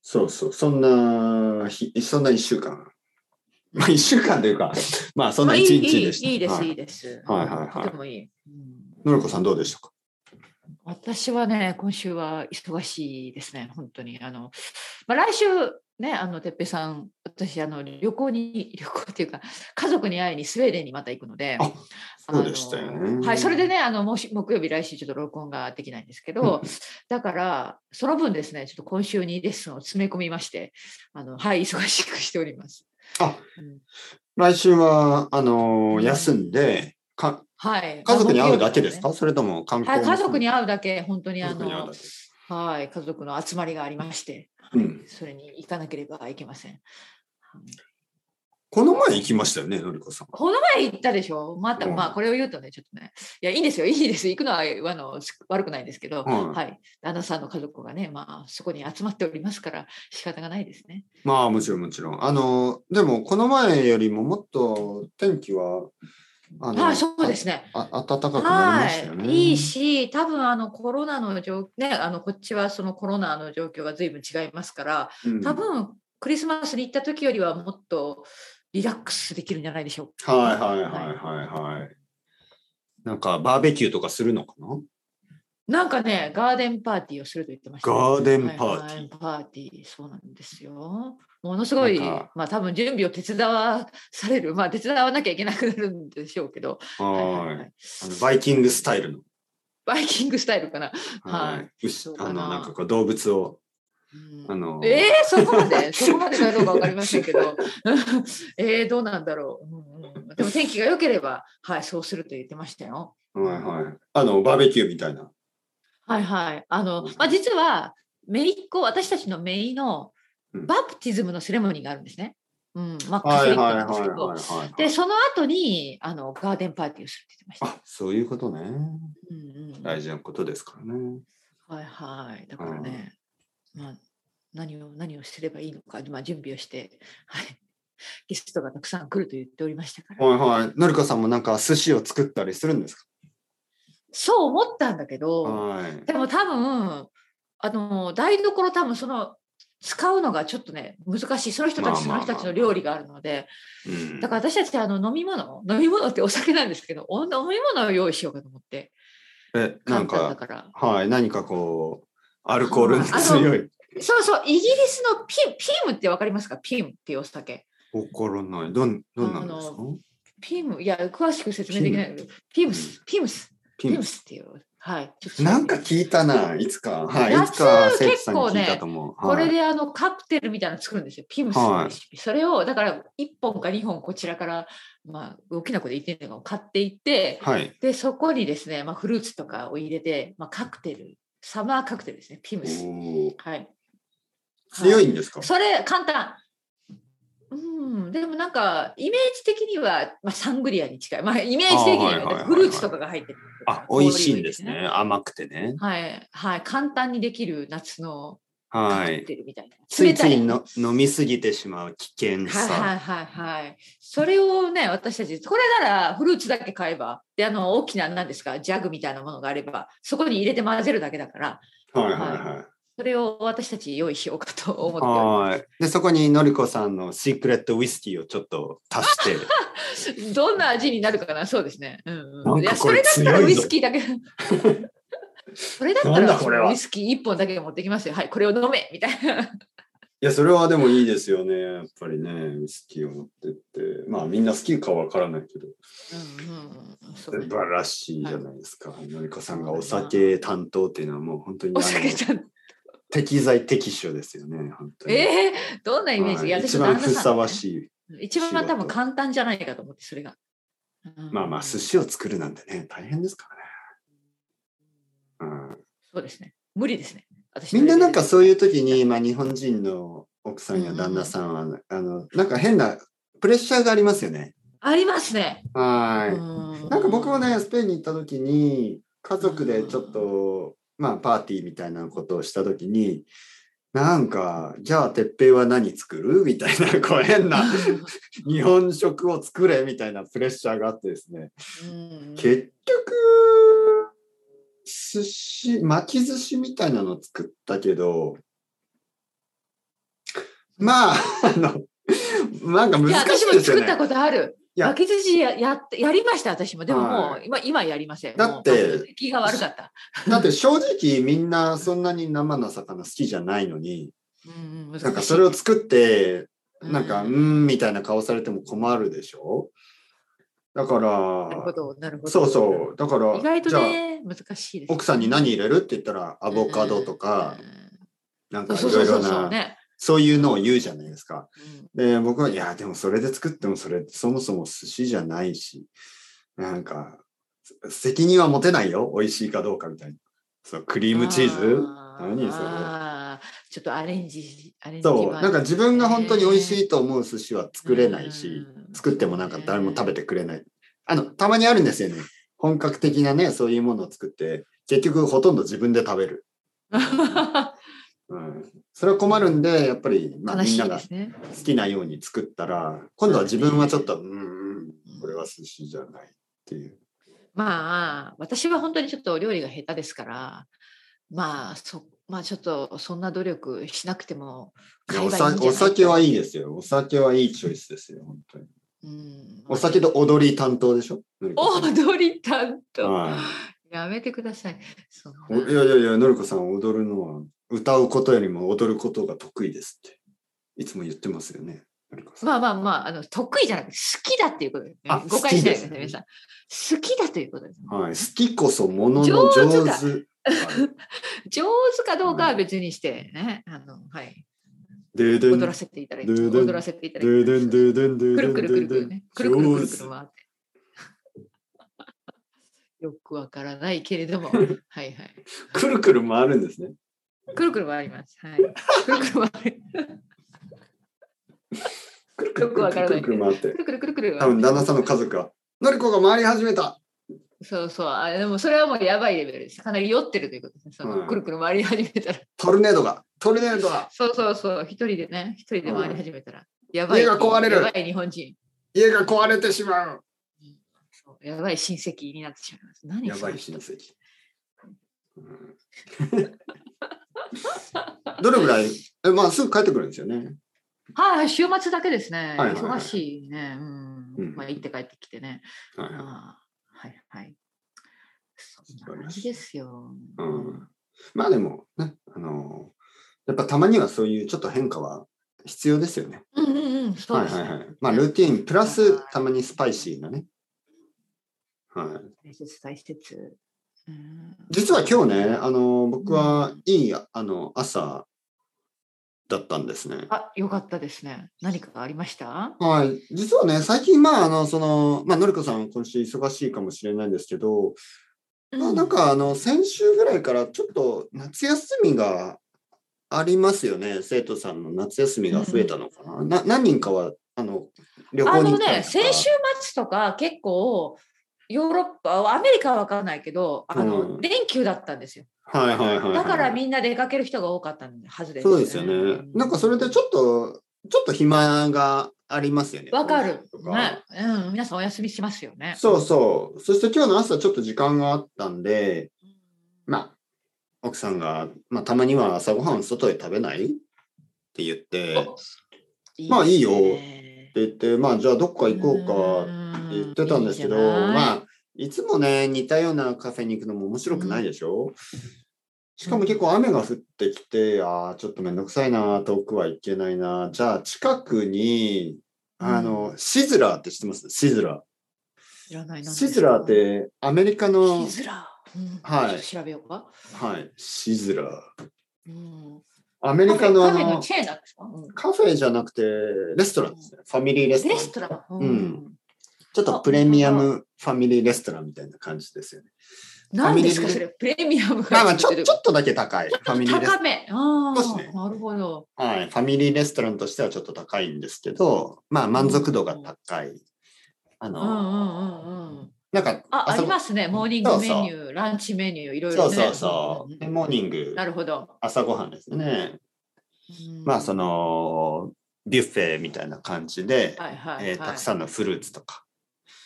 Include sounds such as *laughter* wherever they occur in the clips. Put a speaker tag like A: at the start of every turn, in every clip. A: そうそう、そんな日、そんな1週間。まあ1週間という
B: *laughs*
A: か、まあそん
B: ま
A: な
B: あ
A: 1
B: いいい
A: 日
B: い
A: でした。
B: いいです、
A: はい
B: い
A: い、
B: です。
A: はいはい
B: と
A: は
B: てもいい。うん
A: い。のりこさんどうでしたか
B: 私はね、今週は忙しいですね、本当に。あのまあ、来週、ね、あの、てっぺいさん、私、あの、旅行に、旅行っていうか、家族に会いにスウェーデンにまた行くので、
A: あそうでしたよ
B: あの
A: ね。
B: はい、それでね、あの、もし木曜日、来週、ちょっと録音ができないんですけど、だから、その分ですね、ちょっと今週にレッスンを詰め込みまして、あの、はい、忙しくしております。
A: あ
B: うん
A: 来週は、あの
B: う
A: ー、
B: ん
A: 休んで、か
B: はい。
A: 家族に会うだけ
B: まあ
A: ですか、それとも観
B: 木曜日はね
A: 光
B: はい、家族に
A: 会う
B: 会うだけ、本当に
A: 家
B: あ
A: 族に会う
B: の
A: だ、け。
B: はい、家族の集まりがありまして、
A: うん。
B: それに行かなければいけません。
A: この前行きましたよね、のりこさん。
B: この前行ったでしょまた、
A: うん
B: まあ、これを言うとね、ちょっとね、いや、いいんですよ、いいです。行くのはあのす悪くないんですけど、
A: はい
B: はい、旦那さんの家族がね、まあ、そこに集まっておりますから、仕方がないですね。
A: まあもちろんもちろん。あの、でもこの前よりももっと天気は、あ
B: はい、そうですね。
A: ああ暖かくなりま
B: は
A: したよね。
B: い、いいし、多分あのコロナの状ね、あのこっちはそのコロナの状況が随分違いますから、
A: うん、
B: 多分クリスマスに行った時よりはもっとリラックスできるんじゃないでしょうか。
A: はいはいはいはいはい。なんかバーベキューとかするのかな
B: なんかね、ガーデンパーティーをすると言ってましたね、
A: ガーデンパーティー
B: はいはいパーティー、そうなんですよ。ものすごい、
A: なんか
B: まあ多分準備を手伝わされる、まあ手伝わなきゃいけなくなるんでしょうけど、
A: は
B: はい
A: い
B: はいはい
A: あのバイキングスタイルの。
B: バイキングスタイルかな。はい
A: い。牛
B: そう
A: あ
B: かな
A: の、なんかこう動物を、
B: うん
A: あの、
B: ええそこまで、 *laughs* そこまでかどうかわかりませんけど、 *laughs* ええどうなんだろう、うんうんでも天気が良ければ、はい、そうすると言ってましたよ。
A: はいはい。あの、バーベキューみたいな。
B: はいはい。あの、まあ、実は、姪っ子、私たちの姪の
A: うん
B: バプティズムのセレモニーがあるんですね。うん、まあ、カ
A: は
B: ト
A: い
B: リ
A: は
B: ッ
A: いはい
B: クなんですけど。
A: はいはい。
B: で、その後に、あの、ガーデンパーティーをするって言ってました。
A: あ、そういうことね。
B: うんうん、
A: 大事なことですからね。
B: はいはい。だからね、まあ、何を、何をすればいいのか、まあ、準備をして、はい。ゲストがたくさん来ると言っておりましたから。
A: はいはい。のりこさんもなんか寿司を作ったりするんですか
B: そう思ったんだけど、
A: はい。
B: でも多分、あの、台所多分その、使うのがちょっとね、難しい。その人たち、そ
A: まあまあま
B: の
A: あ
B: 人たちの料理があるので、
A: うん
B: だから私たちあの飲み物、飲み物ってお酒なんですけど、お飲み物を用意しようかと思って、
A: え、なん
B: 簡単だ
A: か、
B: から。
A: はい、何かこう、アルコールの強い。
B: そうそう、イギリスのピン、ピームってわかりますかピームっていうお酒。
A: わからない。どん、どんなんです
B: あ
A: か
B: ピーム、いや、詳しく説明できないけど、ピームス、ピームス、
A: ピ
B: ピ
A: ン
B: ームスっていう。はい。ちょっと
A: なんか聞いたな、いつか。はい、い
B: 夏
A: つか、聖地
B: 結
A: さんに
B: 構ね
A: 聞いたと思う。
B: こ
A: はい
B: れであのカクテルみたいなの作るんですよ。ピムスのレシピ。それをだから1本か2本こちらから、まあ、大きな子で言ってるのを買っていって、
A: はい。
B: で、そこにですね、まあ、フルーツとかを入れて、まあ、カクテル、サマーカクテルですね、ピ
A: お
B: ムス。
A: ー
B: はい。
A: 強いんですか
B: それ簡単。うん、でもなんかイメージ的には、まあ、サングリアに近い、まあ、イメージ的に
A: あはいはいはいは
B: はいフルーツとかが入ってる
A: あ、美味しいんですね。甘くてね。
B: はいはい簡単にできる夏のカ
A: は
B: ク
A: い。
B: テルみたいな、
A: ついつ
B: 冷た
A: いの飲みすぎてしまう危険
B: はいは
A: さ。
B: いはいはい。それをね、私たち、これならフルーツだけ買えば、で、あの、大きな、なんですか、ジャグみたいなものがあれば、そこに入れて混ぜるだけだから、
A: はいはい
B: は
A: はい。
B: それを私たち用意しようかと思っておりま
A: はい。で、そこにのりこさんのシークレットウイスキーをちょっと足
B: *laughs*
A: して。
B: す。どんな味になるかな、そうですね。うん、
A: な
B: うん
A: か
B: ん。いや、
A: こ
B: そ
A: れ
B: れだったら
A: 強いぞ
B: ウイスキ
A: *laughs*
B: ーだけ。それだった
A: なんだ
B: ら
A: これは
B: ウイスキー1本だけ持ってきますよ。はい、これを飲めみたいな。
A: いや、それはでもいいですよね。やっぱりね、ウイスキーを持ってって。まあ、みんな好きかわからないけど。
B: うんうんうん。そ
A: 素
B: う
A: 晴らしいじゃないですか。のりこさんがお酒担当っていうのはもう本当にあ
B: お
A: の
B: 酒ちゃん。
A: 適材適所ですよね。本当に
B: えー、どんなイメージ、
A: はい
B: いや
A: 一
B: 私
A: 番
B: 旦那
A: ふ
B: さん
A: さわ
B: ね
A: しい。
B: 一番
A: 仕事
B: まあ多分簡単じゃないかと思って、それが。うん
A: まあまあ、寿司を作るなんてね、大変ですからね。うん、
B: そうですね。無理ですね。私
A: みんななんかそういう時に、まあ、日本人の奥さんや旦那さんは、あのなんか変なプレッシャーがありますよね。
B: ありますね。
A: はい。な
B: なん
A: か僕もね、スペインに行った時に、家族でちょっと、まあ、パーティーみたいなことをした時に、なんか、じゃあ、てっぺいは何作るみたいな、こう変な、日本食を作れみたいなプレッシャーがあってですね、結局、寿司、巻き寿司みたいなの作ったけど、まあ、あの、なんか
B: いや、
A: 難し
B: 私
A: い
B: も
A: ですよ
B: 作った
A: ね。
B: ことある。
A: いや
B: 巻き寿司ややってやりました、私も。でもも
A: は
B: う、今、今やりません。
A: だって
B: もう気が悪かった。
A: だって正直みんなそんなに生の魚好きじゃないのに、
B: うん、
A: なんかそれを作って、
B: うん
A: なんか、うーん、みたいな顔されても困るでしょだか
B: なるほ
A: ら、
B: ど、なるほど。
A: そうそう。だから、
B: 意外と
A: じゃあ、
B: ね、難しいです。
A: 奥さんに何入れるって言ったら、アボカドとか、なん
B: うん、
A: かい
B: そうそ
A: ろ
B: う
A: い
B: そ
A: ろ
B: うそう
A: な、
B: ね。
A: そういうのを言うじゃないですか。
B: うん
A: で、僕は、いや、でもそれで作ってもそれ、そもそも寿司じゃないし、なんか、せ責任は持てないよ、美味しいかどうかみたいな。そう、クリームチーズ
B: あ
A: 何それ
B: あーちょっとアレンジ、アレンジ
A: そう、なんか自分が本当に美味し
B: い
A: いと思う寿司は作れないし、、作ってもなんか誰も食べ
B: て。
A: てくれない。あの、たまにあるんですよね。本格的なね、そういうものを作って、結局ほとんど自分で食べる。 *laughs* うん。それは困るんで、やっぱり、まあ
B: 悲
A: みん
B: し
A: ない
B: で
A: が
B: すね。
A: 好きなように作ったら、今度は自分はちょっと、うーん、これは寿司じゃないっていう。
B: まあ、私は本当にちょっとお料理が下手ですから、まあ、そまあ、ちょっとそんな努力しなくても
A: いや
B: 買え
A: お
B: ばいい
A: さ
B: んじゃない
A: お酒はいいですよ。お酒はいいチョイスですよ、本当に。
B: うん
A: お酒と踊り担当でしょのりこさん
B: 踊り担当。
A: は
B: やめてください。そんない
A: おいやいやいや、のりこさん踊るのは、歌うことよりも踊ることが得意ですって、いつも言ってますよね、のりこさん。
B: まあまあまあ、あの得意じゃなくて好きだっていうことですね
A: あ。
B: 誤解しないで
A: 好
B: ください、
A: きで
B: 皆
A: す
B: さん。好きだということです。
A: はい、好きこそものの上手。上
B: 上手
A: 手
B: だ上手かどうかは別にしてね、あの、はい、
A: ででん
B: 踊らせていただいて、
A: ででん
B: 踊らせていただ
A: で
B: いて、
A: でんででんで
B: く
A: で
B: る
A: ん
B: くるくる
A: で
B: く
A: で
B: る
A: ん
B: ね、くるくるくるくる回って。 *laughs* よくわからないけれ
A: *laughs*
B: ども、はいはい。
A: くるくる回るんですね。
B: くるくる回ります。はい。くるくる回る。
A: くるく
B: よ
A: る
B: くわから
A: く
B: な
A: る
B: い
A: くる回って
B: く。るくるくるくる
A: 多
B: 回
A: 分
B: る。
A: 旦那さんの家族は、のりこが回り始めた。
B: そうそう。あでもそれはもうやばいレベルです。かなり酔ってるということですね。そ
A: は
B: の
A: い
B: くるくる回り始めたら。
A: トルネードが、トルネードが、
B: そうそうそう。一人でね、一人で回り始めたら。やばい。
A: 家が壊れる
B: やばい日本人。
A: 家が壊れてしまう。
B: そうやばい親戚になってしまいます。何
A: や
B: そ
A: ば
B: の
A: い
B: 人
A: 親戚。うん *laughs* どれぐらいえ、まあ、すぐ帰ってくるんですよね。
B: はいはい、週末だけですね。
A: はいはいはい
B: 忙しいね。うん。
A: うん
B: まあ、行って帰ってきてね。
A: はいはい
B: ああはいはい。そ
A: 晴
B: んな
A: ら
B: 感
A: しい
B: じですよ。
A: うんまあでも、ね、あのやっぱたまにはそういうちょっと変化は必要ですよね。
B: うんうんうん、そ
A: は
B: う
A: い
B: です
A: は
B: ね。
A: いはい。まあ、ルーティンプラスたまにスパイシーなね。はい。
B: 大切大切。うん
A: 実は今日ね、あの僕はいい、あの朝だったんですね。
B: あ、よかったですね。何かありました
A: はい、実はね、最近、まあ、あの、その、まあ、のりこさん、今週忙しいかもしれないんですけど、まあ、なん、か、あの、先週ぐらいから、ちょっと夏休みがありますよね。生徒さんの夏休みが増えたのかな。な何人かは、あの、旅行
B: あ
A: に行
B: の
A: ったりとか。
B: ね、先週末とか結構、ヨーロッパ、アメリカは分かんないけど、あの、
A: うん
B: 連休だったんですよ。
A: はいはいはいはい、
B: だからみんな出かける人が多かったはずです、
A: そうですよね。なんか、それで、ちょっと、ちょっと暇がありますよね。
B: わかる
A: と、か
B: ねうん。皆さんお休みしますよね。
A: そうそう。そして今日の朝、ちょっと時間があったんで、
B: ま
A: まあ、奥さんが、まあ、たまには朝ごはん外で食べないって言って、ってまあいいよ言って、まあ、じゃあどっか行こうかって言ってたんですけど、ま
B: あ、
A: あ、いつもね、似たようなカフェに行くのも面白くないでしょ、しかも結構雨が降ってきて、ああ、ちょっとめんどくさいな、遠くは行けないな。じゃあ近くに、あの、シズラーって知ってますシズラ
B: 知らない
A: ー。
B: な
A: シズラーっ、てアメリカの
B: シ、ズラー、うん
A: はい
B: ちょっと調べようか。
A: はい、シズラー。
B: うん
A: アメリカのあ
B: カフェ
A: の
B: の、チェーンなんですか、うん
A: カフェじゃなくて、レストランですね。ファミリーレストラン。
B: レストラン、
A: うんちょっとプレミアムファミリーレストランみたいな感じですよね。
B: 何ですか
A: ファミリ
B: それプレミアム
A: まあま
B: が
A: あちょちょっとだけ高い。ファミリーレス
B: 高めあ
A: 少しね
B: ーなるほど
A: はい。ファミリーレストランとしてはちょっと高いんですけど、まあ満足度が高い。あ
B: うんう
A: の、
B: んうんうん
A: なんか、
B: ああ
A: そ
B: り
A: こ
B: ますねモーニングメニューランチメニューいろい
A: そ
B: ろ
A: う
B: ね
A: そうそう。でモーニン
B: う
A: グ
B: ん、なるほど、
A: 朝ごはんですね。
B: うん
A: まあその、ビュッフェみたいな感じで、
B: はいはい
A: えーたくさんのフルーツとか、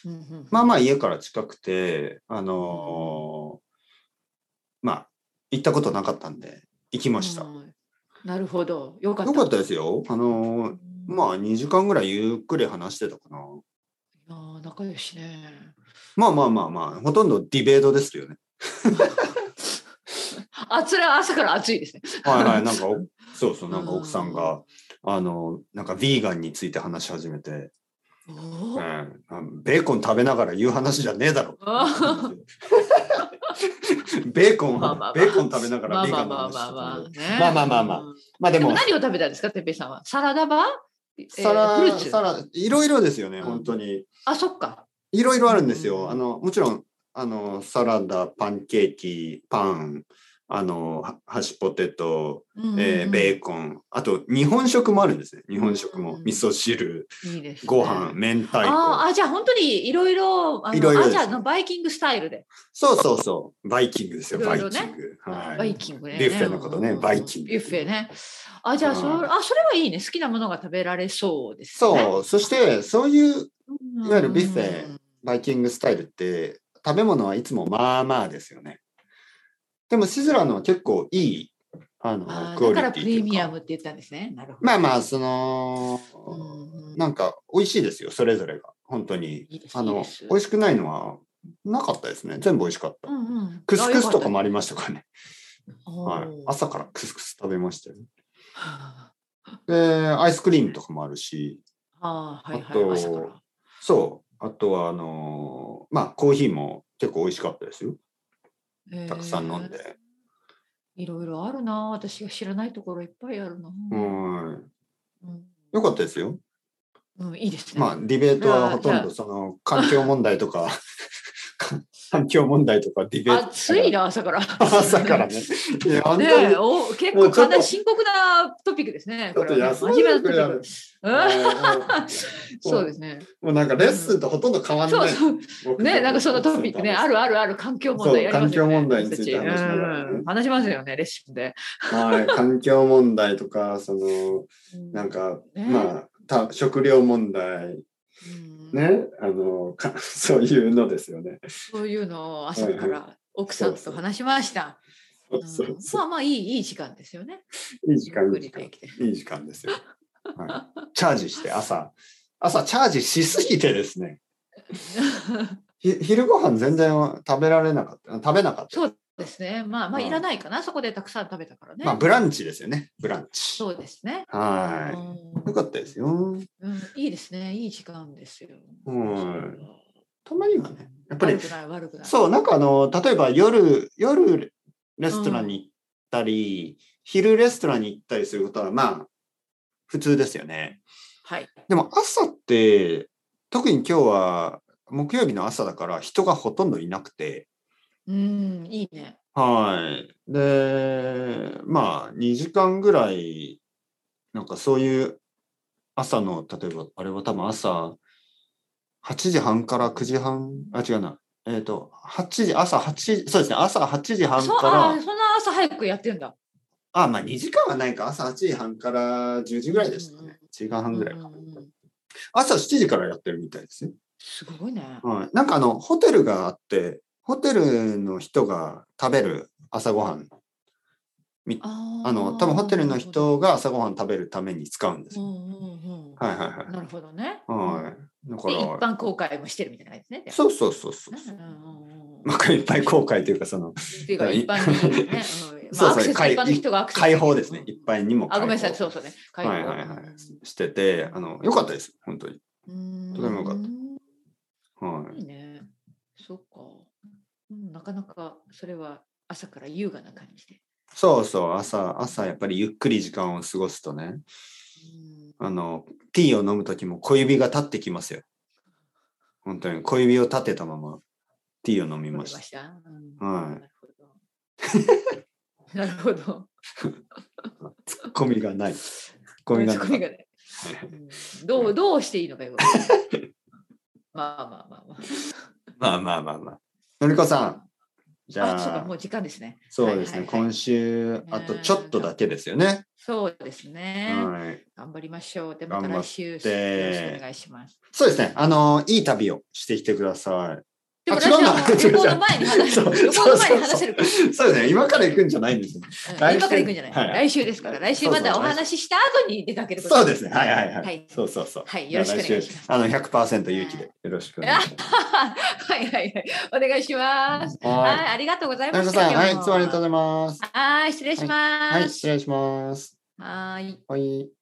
B: ん、うんうん
A: まあまあ家から近くて、あのーまあ行ったことなかったんで行きました。
B: うんなるほど。よかった。
A: よかったですよ。あのーまあ2時間ぐらいゆっくり話してたかな。
B: あ、いやー仲良しね。
A: まあまあまあまあ、ほとんどディベートですよね。
B: あつら朝から暑いですね。
A: はいはい、なんか
B: *laughs*
A: お、そうそう、なんか
B: うん
A: 奥さんが、あの、なんかヴィーガンについて話し始めて、
B: お
A: う
B: ー
A: んあベーコン食べながら言う話じゃねえだろ。
B: あ
A: *laughs* ベーコン
B: まあまあまあ
A: は、ベーコン食べながら
B: まあ
A: ヴィーガ
B: まあ
A: ンの
B: まあ
A: 話
B: まあまあ
A: してたけど。
B: ね。
A: まあまあまあまあ
B: うん
A: まあ
B: で
A: で
B: も
A: も、
B: 何を食べたんですか、てっぺいさんは。サラダバーえー
A: サラ
B: フルーツ
A: サラいろいろですよね、
B: うん
A: 本当に。
B: あ、そっか。
A: いろいろあるんです
B: うん
A: よ。あのもちろんあのサラダ、パンケーキ、パン、あのはハッシュポテト、えーベーコン、あと日本食もあるんですね。日本食も
B: うん
A: 味噌汁、
B: いいですね
A: ご飯、明太
B: あー
A: 子。
B: あ、じゃあ本当にいろいろ、あ
A: いろい
B: の
A: ろ
B: ア
A: です
B: ジアのバイキングスタイルで。
A: そうそうそう、バイキングですよ、
B: いろ
A: バ
B: い
A: イ
B: ろね
A: キング。はい。
B: バイキングね。
A: ビュッフェのことね
B: うん
A: バイキング
B: ビュッフェね。あ、じゃあそれ、
A: うん
B: あ、それはいいね。好きなものが食べられそうですね。
A: そう、そしてそういう
B: うん。
A: いわゆるビュッフェバイキングスタイルって食べ物はいつもまあまあですよね。でもシズラのは結構いいあの
B: あー
A: クオリテ
B: だか
A: ィ
B: ら
A: と
B: プ
A: いう
B: レミアムって言ったんですね。なるほど。
A: まあまあ、その、
B: うんうん
A: なんか美味しいですよ、それぞれが。本当に。
B: いいです
A: あ
B: いい
A: の
B: です、
A: 美味しくないのはなかったですね。全部美味しかった
B: う。んうん
A: クスクスとかも
B: あ
A: ありましたからね。はい
B: よ。かった
A: 朝からクスクス食べましたよ。
B: あ
A: で、アイスクリームとかもあるし、
B: あー、はい
A: あ
B: はい。
A: と
B: 朝から
A: そう。あとは、あのまあ、コーヒーも結構美味しかったですよ。たくさん飲ん。
B: えー
A: で。
B: いろいろあるな。私が知らないところいっぱいあるな。
A: うん。
B: うん。
A: よかったですよ。
B: うん、いいですね。
A: まあ、ディベートはほと
B: じ
A: ん
B: ゃあ
A: ど、その、環境問題とか、 *laughs* 環境問題とかディベート。
B: 暑いな、朝から。
A: *laughs* 朝からね。いや、本
B: ね
A: 当に
B: え、お結
A: もう
B: 構
A: ちょっと
B: かなり深刻なトピックですね。
A: ちょっと
B: これはね
A: 休ん
B: 真
A: で
B: 面
A: く
B: 目
A: れ
B: な
A: や
B: ト
A: る
B: ピック。。うん
A: も
B: *laughs* そうですね。
A: もうなんかレッスンとほとんど変わん
B: そ
A: な
B: う
A: い。
B: そう。
A: 僕
B: ね、なんかそのトピックね、あるあるある環境問題やりますよね。
A: そう環境問題について話しながらね
B: うん話しますよね、レッスンで。
A: はい、環境問題とか、その、なんか、
B: ね
A: まあ、た食料問題、
B: うん、
A: ね、あの、か *laughs* そういうのですよね。
B: そういうのを朝から奥さんと話しました。
A: そうそう
B: うん
A: そ
B: まあまあいいいい時間ですよね。
A: ういい時間
B: ゆっく
A: で
B: り
A: すよ
B: できて。
A: いい時間ですよ。はい、チャージして、朝、朝チャージしすぎてですね、ひ昼ご飯全然食べられなかった、食べなかった。
B: *laughs* そうですね。まあまあ
A: うん
B: いらないかな、そこでたくさん食べたからね。
A: まあ、ブランチですよね、ブランチ。
B: そうですね。
A: は
B: うん
A: い。よかったですよ。
B: うん、いいですね。いい時間ですよ。
A: うんたまにはね。やっぱ
B: 悪
A: り、
B: くない悪くない。
A: そう、なんかあの、例えば夜、夜、レストランに行ったり、昼レストランに行ったりすることは、まあ、普通ですよね。
B: はい。
A: でも朝って、特に今日は木曜日の朝だから人がほとんどいなくて、
B: うん、いいね。
A: はい。で、まあ、2時間ぐらい、なんかそういう朝の、例えば、あれは多分朝、8時半から9時半、あ、違うな。えっ、と、8時、朝8時、そうですね、朝8時半
B: そ
A: か
B: あー
A: ら、
B: そんな朝早くやってんだ。
A: あ、まあ2時間はないか、朝8時半から10時ぐらいでした
B: うんうん
A: ね。1時間半ぐらいか。
B: うんうん
A: 朝7時からやってるみたいですね。
B: すごいね。
A: はい、なんかあのホテルがあってホテルの人が食べる朝ごはん
B: あー
A: あの多分ホテルの。人が朝ごはん食べるために使うんです
B: う
A: よ、
B: んうんうん。
A: はいはいはい
B: なるほどね。
A: はいだか
B: で一
A: ら
B: 般公開もしてるみたいな感じですね。
A: そうそうそうそう
B: ねうんうんうん
A: まあ、いっぱい後悔というかその
B: っていうか一般にね、うん
A: *laughs* そうそう
B: まあアクセス
A: 解
B: 一般の人がアクセス
A: 解放ですね
B: うん
A: いっぱいにも
B: あ、ごめんなさい、
A: 解
B: そうそうね。
A: 放
B: 解放
A: はいはいはいしててあのよかったです本当に
B: うん
A: とてもよかった
B: う
A: は
B: ん
A: い
B: いいね。そっか、うん。なかなかそれは朝から優雅な感じで。
A: そうそう朝朝やっぱりゆっくり時間を過ごすとね
B: うん
A: あの、ティーを飲むときも小指が立ってきますよ。本当に小指を立てたままティーを飲みま
B: わかり
A: し
B: ま
A: た。
B: した。うん
A: はい
B: なるほど。なるほど。 *laughs*
A: ツッコミがない。ツッコミが
B: ツッ
A: な
B: コミ
A: い。
B: がねうんどうどうしていいのかよくわかんない *laughs* まあまあまあま
A: まあまあまあまあ。のりこさん、じ
B: あ。あ、
A: ゃ
B: そうか、
A: あ
B: も、う時間ですね。
A: そうです
B: は
A: ね、
B: いはいはい
A: 今週、あとちょっとだけですよね。
B: そうですね。
A: はい。
B: 頑張りましょう。で、また
A: 頑張っ
B: 来週、よ
A: て
B: ろしくお願いします。
A: そうですね、あの、いい旅をしてきてください。
B: でも
A: あ違
B: 私
A: うな
B: は旅行の前に話せる。
A: そう
B: 旅行の前に話せるから。
A: そうですね、今から行くんじゃないんですよ。
B: うん今から行くんじゃない、
A: はい
B: 来週ですから、来週まだお話しした後に出かけること
A: そうですね、はいはいはい。
B: はい
A: そうそうそう。
B: はいよろしくお願いします
A: じゃあ来週あの、100%勇気でよろしくお願いします。
B: *laughs* はいはいはい。お願いします。はい、
A: はい。
B: ありがとうございま
A: 田
B: し
A: 中
B: た。
A: さん、はい、い
B: 今日
A: つ
B: も
A: もありがとうございます。
B: はい、失礼し
A: はい、
B: ます。
A: 失礼します。
B: はい。
A: はい。